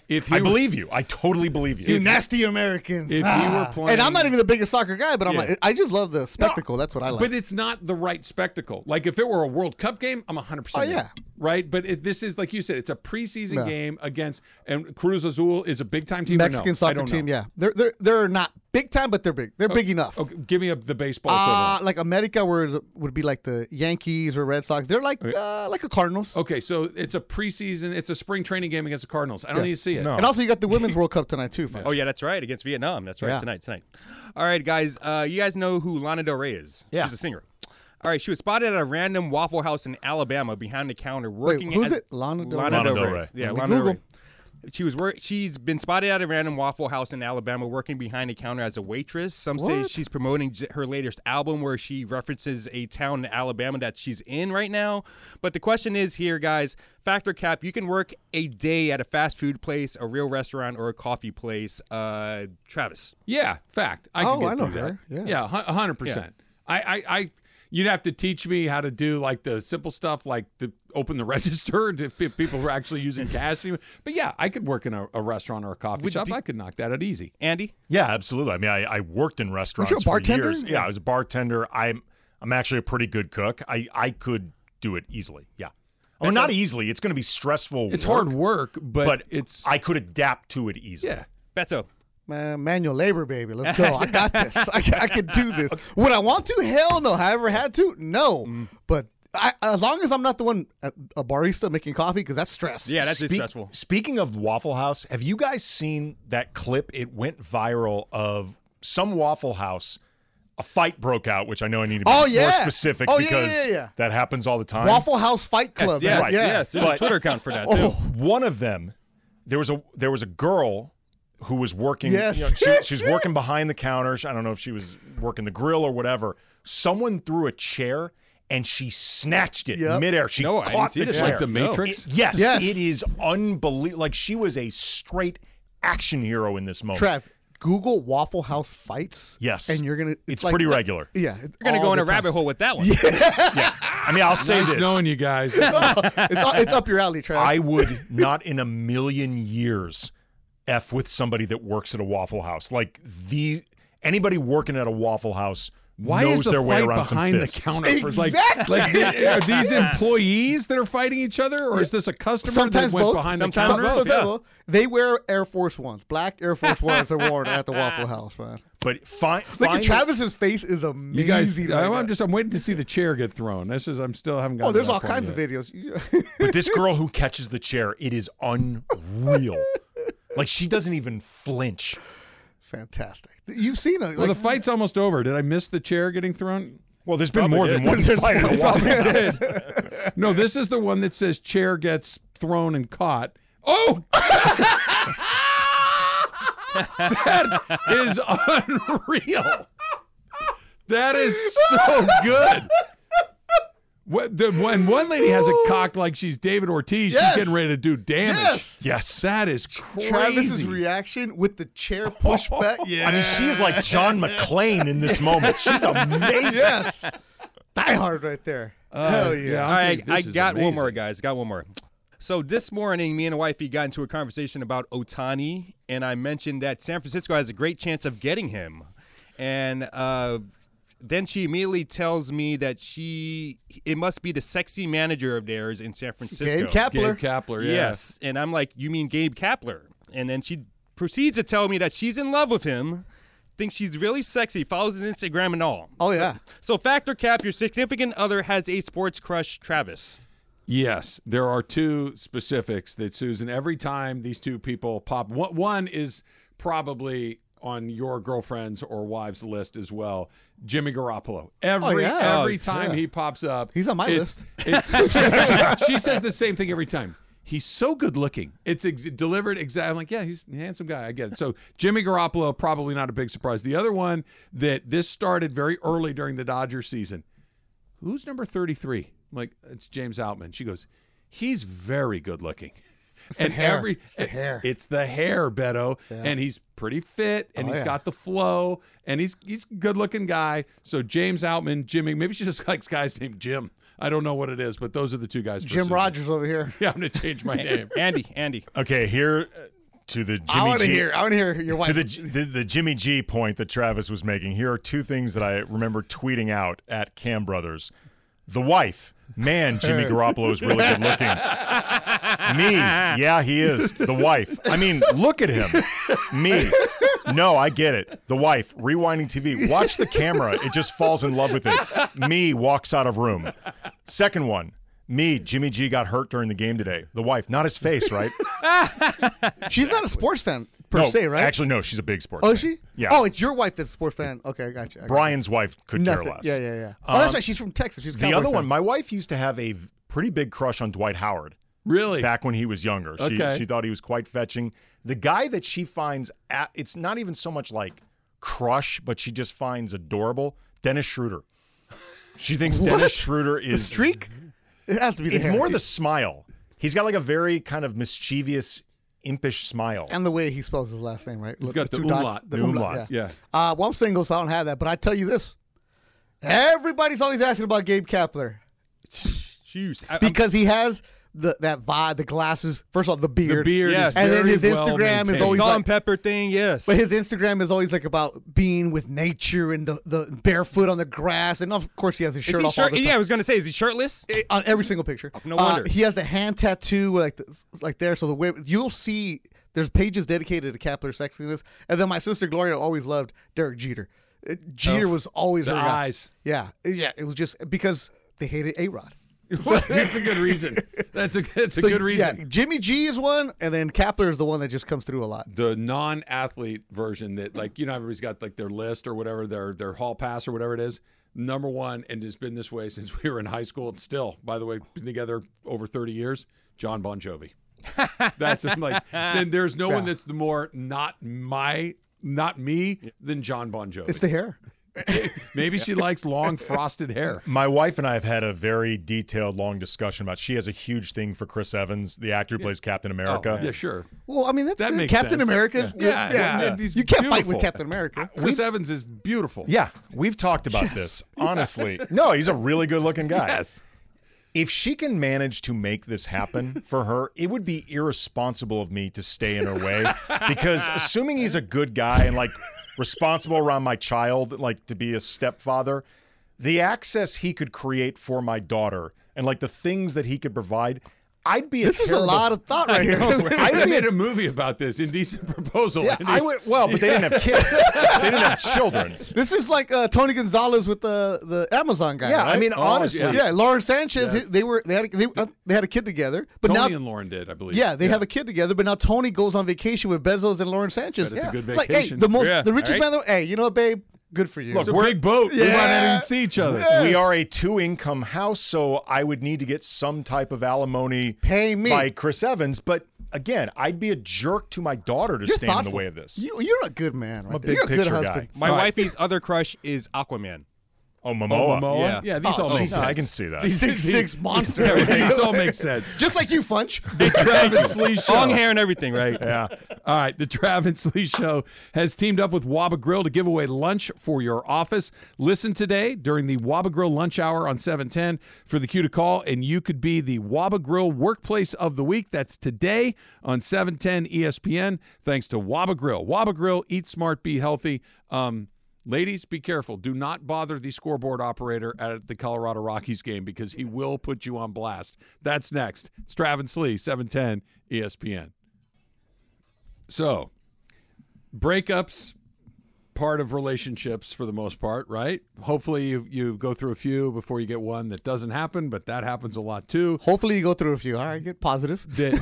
if he
I
were-
believe you. I totally believe you.
You nasty Americans. Ah.
if you were
and I'm not
playing-
even the biggest soccer guy, but I'm
Yeah.
like, I just love the spectacle. That's what I like.
But it's not the right spectacle. Like if it were a World Cup game, I'm 100. percent
Oh, yeah.
right. But it, this is like you said, it's a preseason
Yeah.
game against and Cruz Azul is a big time team. or no?
Mexican
I
soccer
don't
team,
know. Oh,
yeah, they're they're they're not big time, but they're big. They're big enough.
Okay, give me a, the baseball.
Uh,
equivalent.
like America were, would be like the Yankees or Red Sox. They're
Oh,
like uh, like a Cardinals.
Okay, so it's a preseason, it's a spring training game against the Cardinals. I don't need to see it.
No.
And also, you got the Women's World Cup tonight too.
Oh yeah, that's right. Against Vietnam. That's right.
Yeah.
Tonight, tonight. All right, guys. Uh, you guys know who Lana Del Rey is?
Yeah.
She's a singer. All right, she was spotted at a random Waffle House in Alabama behind the counter
Wait,
working.
who's
as-
it? Lana Del
Lana
Rey.
Del
Del
Rey.
Rey. Yeah,
Let me
Lana Del
Google.
Rey. She was work. She's been spotted at a random Waffle House in Alabama, working behind a counter as a waitress. Some say she's promoting j- her latest album, where she references a town in Alabama that she's in right now. But the question is here, guys: Factor cap. You can work a day at a fast food place, a real restaurant, or a coffee place. Uh, Travis.
Yeah, fact. I
Oh,
can get
I know
through
her.
that.
Yeah.
Yeah, hu- a hundred percent. I, I, I, you'd have to teach me how to do like the simple stuff, like to open the register to if people who are actually using cash. But yeah, I could work in a, a restaurant or a coffee shop. I could knock that out easy.
Andy?
Yeah, absolutely. I mean, I, I worked in restaurants
a bartender?
for years. Yeah, I was a bartender. I'm I'm actually a pretty good cook. I I could do it easily. Yeah. Well, not easily. It's going to be stressful.
It's
work,
hard work, but,
but
it's
I could adapt to it easily.
yeah.
Beto.
Man, manual labor, baby. Let's go. I got this. I, ca- I can do this. Would I want to? Hell no. Have I ever had to? No.
Mm.
But I, as long as I'm not the one, a, a barista making coffee, because that's stress.
Yeah, that's just
Speak-
stressful.
Speaking of Waffle House, have you guys seen that clip? It went viral of some Waffle House. A fight broke out, which I know I need to be
Oh,
more
yeah.
specific
Oh, yeah, yeah,
because
yeah, yeah.
that happens all the time.
Waffle House Fight Club.
Yes,
man.
right.
Yeah.
yes. There's a
But-
Twitter account for that too.
So one of them, there was a there was a girl who was working. you
Yes.
know, she, she's working behind the counter. I don't know if she was working the grill or whatever. Someone threw a chair and she snatched it
Yep.
midair. She
No, I didn't
caught
see
the
this.
chair.
Like the Matrix?
It- yes,
Yes.
it is unbelievable. Like she was a straight action hero in this moment.
Trav, Google Waffle House fights.
Yes.
and you're gonna. It's,
It's
like
pretty
the-
regular.
Yeah, you're
We're gonna go in a rabbit hole with that one.
I mean, I'll say
Nice
this.
knowing you guys.
it's, all- it's up your alley, Trav.
I would not in a million years f with somebody that works at a Waffle House. Like the anybody working at a Waffle House
Why
knows
is the
their way
fight
around
behind
some
the
fists.
counter? for, like-
Exactly.
Like, are these employees that are fighting each other, or is this a customer
Sometimes
that went
both.
behind
Sometimes
the
Some-
counter?
both,
sometimes
yeah.
both. They wear Air Force Ones. Black Air Force Ones are worn at the Waffle House, man.
But find
Look
find
at Travis's face is amazing.
You guys,
right
I,
now.
am just I'm waiting to see the chair get thrown. That's just I'm still haven't got.
oh, there's all kinds of videos.
but this girl who catches the chair, it is unreal. like she doesn't even flinch.
Fantastic. You've seen it.
Well,
like-
the fight's almost over. Did I miss the chair getting thrown?
Well, there's been more than one
There's
fight at a
Oh,
Waffle House.
No, this is the one that says chair gets thrown and caught. Oh, that is unreal. That is so good. What the when one lady has a cock like she's David Ortiz,
Yes.
she's getting ready to do damage.
Yes.
Yes.
That is crazy.
Travis's reaction with the chair pushback. Yeah.
I mean, she is like John McClane in this moment. She's amazing.
yes. Die hard right there. Hell
Uh,
yeah.
yeah.
All right,
Dude,
I
this is
got one
amazing.
more, guys. Got one more. So this morning, me and wifey got into a conversation about Otani, and I mentioned that San Francisco has a great chance of getting him, and uh, then she immediately tells me that she it must be the sexy manager of theirs in San Francisco.
Gabe Kapler.
Gabe Kapler, yeah.
Yes. And I'm like, you mean Gabe Kapler? And then she proceeds to tell me that she's in love with him, thinks she's really sexy, follows his Instagram and all.
oh yeah.
So, Factor Cap, your significant other has a sports crush, Travis.
Yes, there are two specifics that Susan. Every time these two people pop, one one is probably on your girlfriend's or wives' list as well. Jimmy Garoppolo. Every
yeah.
every
Oh,
time
yeah.
he pops up,
He's on my
it's- it's- she, she says the same thing every time. He's so good looking. It's ex- delivered exactly. I'm like, yeah, he's a handsome guy. I get it. So Jimmy Garoppolo probably not a big surprise. The other one that this started very early during the Dodger season who's number 33? I'm like, it's James Outman. She goes, he's very good looking.
the hair.
every
It's the hair.
it's the hair, Beto, and he's pretty fit, and
Oh,
he's
yeah.
got the flow, and he's he's a good looking guy. So James Outman, Jimmy, maybe she just likes guys named Jim. I don't know what it is, but those are the two guys. for
Jim
Susan.
Rogers over here.
Yeah, I'm gonna change my name.
Andy, Andy.
Okay, here uh, to the Jimmy
I want to
G-
hear. I want to hear your wife.
to the, G- the the Jimmy G point that Travis was making. Here are two things that I remember tweeting out at Cam Brothers. The wife, man, Jimmy Garoppolo is really good looking. Me, yeah, he is. The wife. I mean, look at him. Me. No, I get it. The wife, rewinding TV, watch the camera. It just falls in love with it. Me walks out of room. Second one, me, Jimmy G got hurt during the game today. The wife, not his face, right?
She's not a sports fan per
no,
se, right?
Actually, no, she's a big sports
oh,
fan.
is she?
Yeah.
Oh, it's your wife that's a sports fan. Okay, I got you. I got
Brian's wife could
you. nothing.
care less.
Yeah, yeah, yeah. oh, that's right. She's from Texas. She's a
The
Cowboy
other
fan.
one, my wife used to have a v- pretty big crush on Dwight Howard
Really?
back when he was younger. She,
Okay.
she thought he was quite fetching. The guy that she finds, at, it's not even so much like crush, but she just finds adorable Dennis Schroeder. She thinks Dennis Schroeder is
streak. It has to be. The
It's
hair.
more the smile. He's got like a very kind of mischievous, impish smile.
and the way he spells his last name, right? He's
got the umlaut,
The
the
umlaut.
umlaut,
Yeah.
yeah.
Uh, well, I'm single, so I don't have that. But I tell you this: everybody's always asking about Gabe Kapler
Jeez. I, I'm-
because he has the that vibe, the glasses. First off, the beard.
The beard
Yes.
is
And then
very
his
well
Instagram is
maintained.
always
salt
like-
and pepper thing, yes.
But his Instagram is always like about being with nature and the, the barefoot on the grass, and of course he has his
is
shirt
he
off all
shirt?
the
Yeah, I
time.
was gonna say, is he shirtless?
It- on every single picture.
No
Uh,
wonder.
he has the hand tattoo like th- like there. So the way you'll see there's pages dedicated to Kepler sexiness, and then my sister Gloria always loved Derek Jeter. Uh, Jeter was always
the
her guy.
eyes.
Yeah, yeah. It was just because they hated A Rod.
Well, that's a good reason. That's a that's a good reason.
Yeah, Jimmy G is one, and then Kapler is the one that just comes through a lot.
the non-athlete version that like you know everybody's got like their list or whatever their their hall pass or whatever it is number one and it's been this way since we were in high school and still by the way been together over 30 years john bon jovi that's I'm like then there's no one that's the more not my not me than john bon jovi
It's the hair.
maybe she likes long frosted hair
My wife and I have had a very detailed, long discussion about. She has a huge thing for Chris Evans, the actor who plays Captain
Oh,
America.
yeah sure
Well, I mean that's
That
good.
makes
Captain
sense.
America. is good.
Yeah. Yeah, and he's
You can't fight with
beautiful. Uh,
Captain America.
chris evans is beautiful
Yeah, we've talked about this. Honestly, no, he's a really good-looking guy.
yes
If she can manage to make this happen for her, it would be irresponsible of me to stay in her way because assuming he's a good guy and like responsible around my child, like to be a stepfather, the access he could create for my daughter and like the things that he could provide, I'd be a
This is a
terrible-
lot of thought right here.
I Oh, made a movie about this indecent proposal
Yeah,
Andy.
I would. Well, but they didn't have kids. they didn't have children.
This is like uh, Tony Gonzalez with the the Amazon guy.
Yeah,
right?
I mean, honestly,
yeah. Lauren Sanchez. he- they were they had a, they, uh, they had a kid together, but
Tony
now
and Lauren did, I believe.
yeah they have a kid together. But now Tony goes on vacation with Bezos and Lauren Sanchez.
But it's a
Yeah.
good
Like, hey,
vacation.
the most
Yeah.
the richest
Right?
man. in the world. Hey, you know what, babe? Good for you.
It's a big boat. We might not
Yeah.
even see each other.
we are a two-income house, so I would need to get some type of alimony
Pay me.
by Chris Evans. But again, I'd be a jerk to my daughter to
you're
stand in
thoughtful.
the way of this.
You, you're a good man. Right
I'm a
there.
big
you're a good
picture
husband.
guy.
My wifey's other crush is Aquaman.
Oh,
Oh,
Momoa.
Momoa?
yeah.
Yeah. these
Oh,
all
Oh,
make
no,
sense.
I can see that.
Six six monster.
these all make sense.
Just like you, Funch.
Travis Lee Show.
Long hair and everything, right?
Yeah.
All right, the Travis Lee Show has teamed up with Waba Grill to give away lunch for your office. Listen today during the Waba Grill lunch hour on 710 for the cue to call, and you could be the Waba Grill Workplace of the Week. That's today on E 710 ESPN, thanks to Waba Grill. Waba Grill, eat smart, be healthy. Um, Ladies, be careful. Do not bother the scoreboard operator at the Colorado Rockies game because he will put you on blast. That's next. It's Travis Lee, E 710 ESPN. So, breakups part of relationships for the most part, right? Hopefully you you go through a few before you get one that doesn't happen, but that happens a lot too.
Hopefully you go through a few. All right, get positive.
That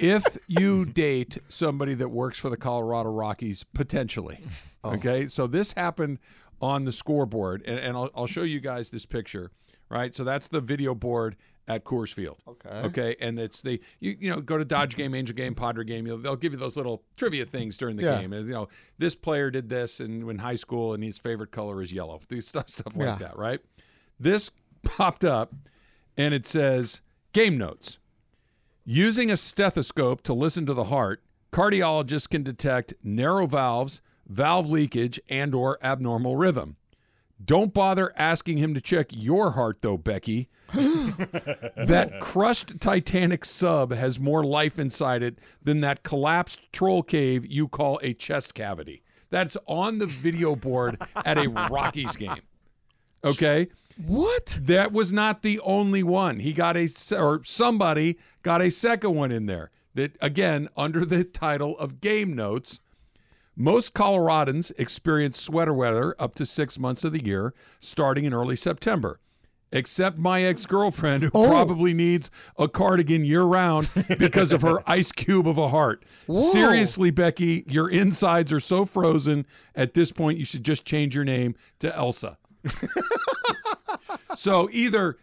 if you date somebody that works for the Colorado Rockies potentially. Okay? So this happened on the scoreboard and, and I'll, I'll show you guys this picture, right? So that's the video board at Coors Field. Okay. Okay, and it's the you you know go to Dodge game, Angel game, Padre game. You'll, they'll give you those little trivia things during the
Yeah.
game. And, you know this player did this and in high school, and his favorite color is yellow. These stuff stuff like
Yeah.
that, right? This popped up, and it says game notes. Using a stethoscope to listen to the heart, cardiologists can detect narrow valves, valve leakage, and or abnormal rhythm. Don't bother asking him to check your heart though, Becky. that crushed Titanic sub has more life inside it than that collapsed troll cave you call a chest cavity. That's on the video board at a Rockies game. Okay? What? That was not the only one. He got a se- or somebody got a second one in there. That again under the title of game notes. Most Coloradans experience sweater weather up to six months of the year, starting in early September. Except my ex girlfriend, who probably needs a cardigan year round because of her ice cube of a heart. Seriously, Becky, your insides are so frozen. At this point, you should just change your name to Elsa. so either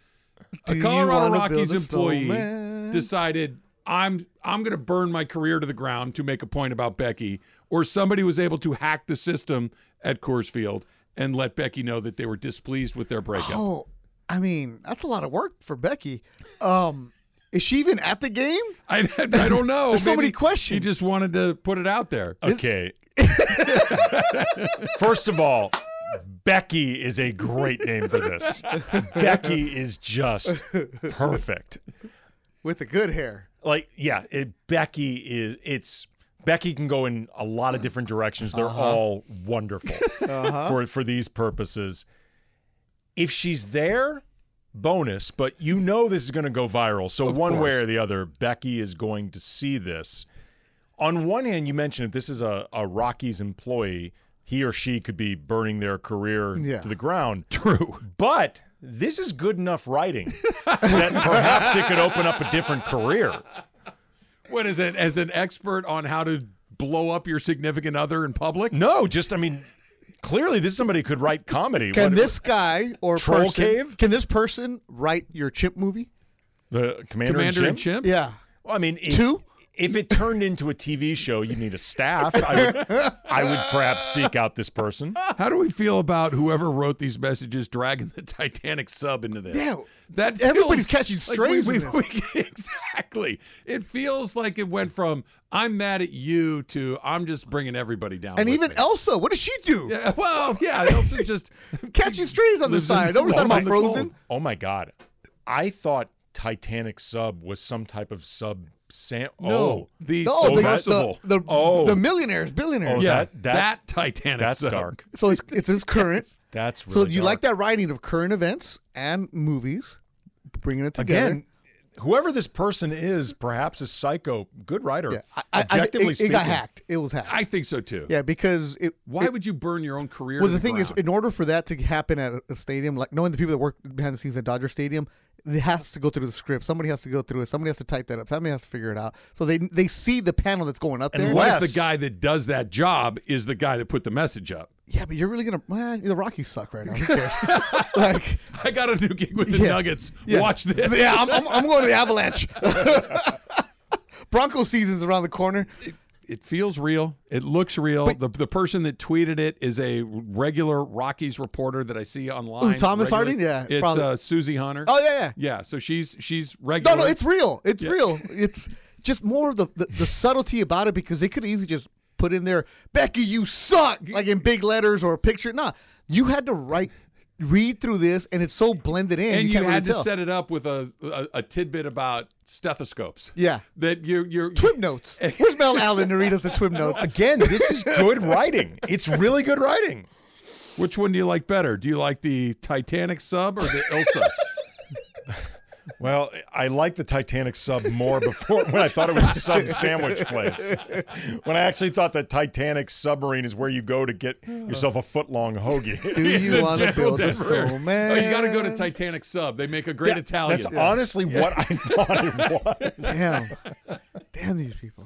Do
a
you
Colorado
wanna
Rockies
build a
employee
snowman?
decided I'm I'm going to burn my career to the ground to make a point about Becky, or somebody was able to hack the system at Coors Field and let Becky know that they were displeased with their breakup.
Oh, I mean, that's a lot of work for Becky. Um, is she even at the game?
I, I don't know.
There's so
Maybe
many questions.
He just wanted to put it out there.
Okay. First of all, Becky is a great name for this. Becky is just perfect.
With the good hair.
Like, yeah, it, Becky is. It's Becky can go in a lot of different directions. They're all wonderful for for these purposes. If she's there, bonus. But you know this is going to go viral. So one way or the other, Becky is going to see this. on one hand, you mentioned if this is a, a Rockies employee, he or she could be burning their career
Yeah.
to the ground.
True.
But this is good enough writing that perhaps it could open up a different career.
What is it? As an expert on how to blow up your significant other in public?
No, just I mean, clearly this somebody could write comedy.
Can
What-
this guy or
Troll
person,
Cave?
Can this person write your chip movie?
the commander,
Commander
in
in
chief?
Chimp?
Yeah.
Well, I mean, if,
Two?
If it turned into a TV show, you need a staff. I would, I would perhaps seek out this person.
How do we feel about whoever wrote these messages dragging the Titanic sub into this?
Yeah,
that feels
everybody's catching
like we-
strays in
we- we- exactly. It feels like it went from "I'm mad at you" to "I'm just bringing everybody down."
And
with
even
me."
Elsa, what does she do?
Yeah, well, yeah, Elsa just
Catching strays on the
Lives in-
side. Nobody's talking
lives
about
in the cold.
Frozen.
Oh my god. I thought Titanic sub was some type of sub sam-
No, the
No, the,
submersible.
the, the,
Oh.
the millionaires, billionaires.
Oh,
yeah,
that-
that,
that-
Titanic.
that's
sub.
dark.
So it's, it's his current.
That's
so
really
you
dark.
like that writing of current events and movies, bringing it together.
again. Whoever this person is, perhaps a psycho, good writer.
yeah, I, I, I, it,
Objectively
it
speaking,
got hacked. It was hacked.
I think so too.
yeah, because it.
Why
it-
would you burn your own career?
Well,
to
the thing is,
ground?
in order for that to happen at a stadium, like knowing the people that work behind the scenes at Dodger Stadium, it has to go through the script. Somebody has to go through it. Somebody has to type that up. Somebody has to figure it out. So they they see the panel that's going up there.
what if
Unless-
the guy that does that job is the guy that put the message up?
Yeah, but you're really gonna. Well, the Rockies suck right now. Who cares? like,
I got a new gig with the
Yeah.
Nuggets.
yeah.
Watch this.
Yeah, I'm, I'm, I'm going to the Avalanche. Bronco season's around the corner.
it feels real. It looks real. the the person that tweeted it is a regular Rockies reporter that I see online.
Ooh, Thomas
regularly.
Harding? Yeah,
it's
probably.
uh, Susie Hunter.
Oh yeah, yeah.
yeah. So she's she's
No,
regular.
no, it's real. It's real. It's just more of the, the, the subtlety about it because they could easily just put in there, Becky, you suck, like in big letters or a picture. Nah, you had to write, read through this, and it's so blended in.
and you,
can't
had
really
to
tell.
set it up with a, a a tidbit about stethoscopes.
Yeah.
that you're you're
Twib notes. Where's Mel Allen to read us the Twib notes?
Again, this is good writing. It's really good writing.
Which one do you like better? Do you like the Titanic sub or the Ilsa?
Well, I liked the Titanic sub more before when I thought it was a sub sandwich place. When I actually thought that Titanic submarine is where you go to get yourself a foot long hoagie.
Do you want to
General
build a
Denver.
snowman?
Oh, you got to go to Titanic sub. They make a great Italian.
That's honestly what I thought it was.
Damn. Damn these people.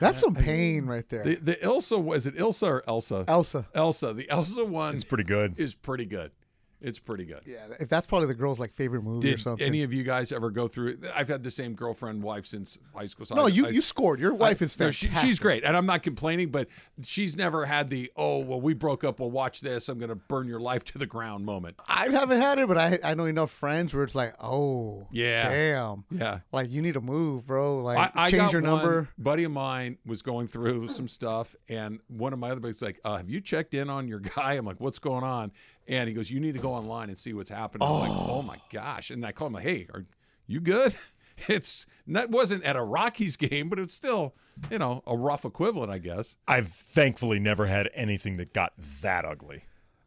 That's some pain right there.
The, the Ilsa was it Ilsa or Elsa?
Elsa.
Elsa. The Elsa one
It's pretty good.
is pretty good. It's pretty good.
Yeah, if that's probably the girl's like favorite movie or
Did
something.
any of you guys ever go through? I've had the same girlfriend wife since high school. so
no,
I-
you
I-
you scored. Your wife
I-
is
no, she-
fantastic.
she's great, and I'm not complaining, but she's never had the oh well, we broke up. Well, watch this. I'm going to burn your life to the ground moment.
I haven't had it, but I I know enough friends where it's like, oh,
Yeah.
damn,
Yeah.
like you need to move, bro.
I,
Like
I
change
got
your
one
number.
buddy of mine was going through some stuff, and one of my other buddies like, uh, "Have you checked in on your guy?" I'm like, "What's going on?" And he goes, "You need to go online and see what's happening." I'm like, "Oh my gosh!" And I call him like, "Hey, are you good?" It's that wasn't at a Rockies game, but it's still, you know, a rough equivalent, I guess.
I've thankfully never had anything that got that ugly.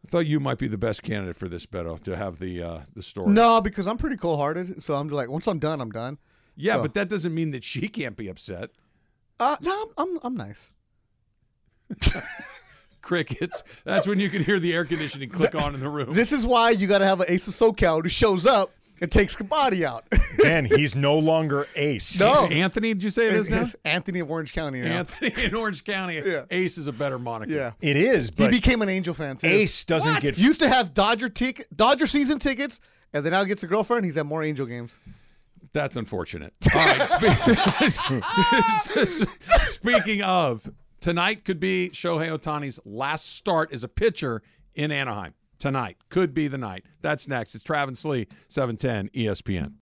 I thought you might be the best candidate for this, Beto, to have the uh, the story.
No, because I'm pretty cold hearted, so I'm like, once I'm done, I'm done.
yeah,
so-
but that doesn't mean that she can't be upset.
Uh, no, I'm I'm, I'm nice.
Crickets. That's when you can hear the air conditioning click on in the room.
This is why you got to have an ace of SoCal who shows up and takes Kabaddi out.
Man, he's no longer ace.
no,
Anthony, did you say it is now?
It's Anthony of Orange County. Now.
Anthony in Orange County.
Yeah.
Ace is a better moniker.
Yeah,
It is,
he
but
became an Angel fan too.
ace doesn't
What?
get
used to have Dodger tick Dodger season tickets, and then now gets a girlfriend. He's at more Angel games.
That's unfortunate. All right. spe- Speaking of, tonight could be Shohei Otani's last start as a pitcher E in Anaheim. Tonight could be the night. That's next. It's Travis Lee, 710 ESPN.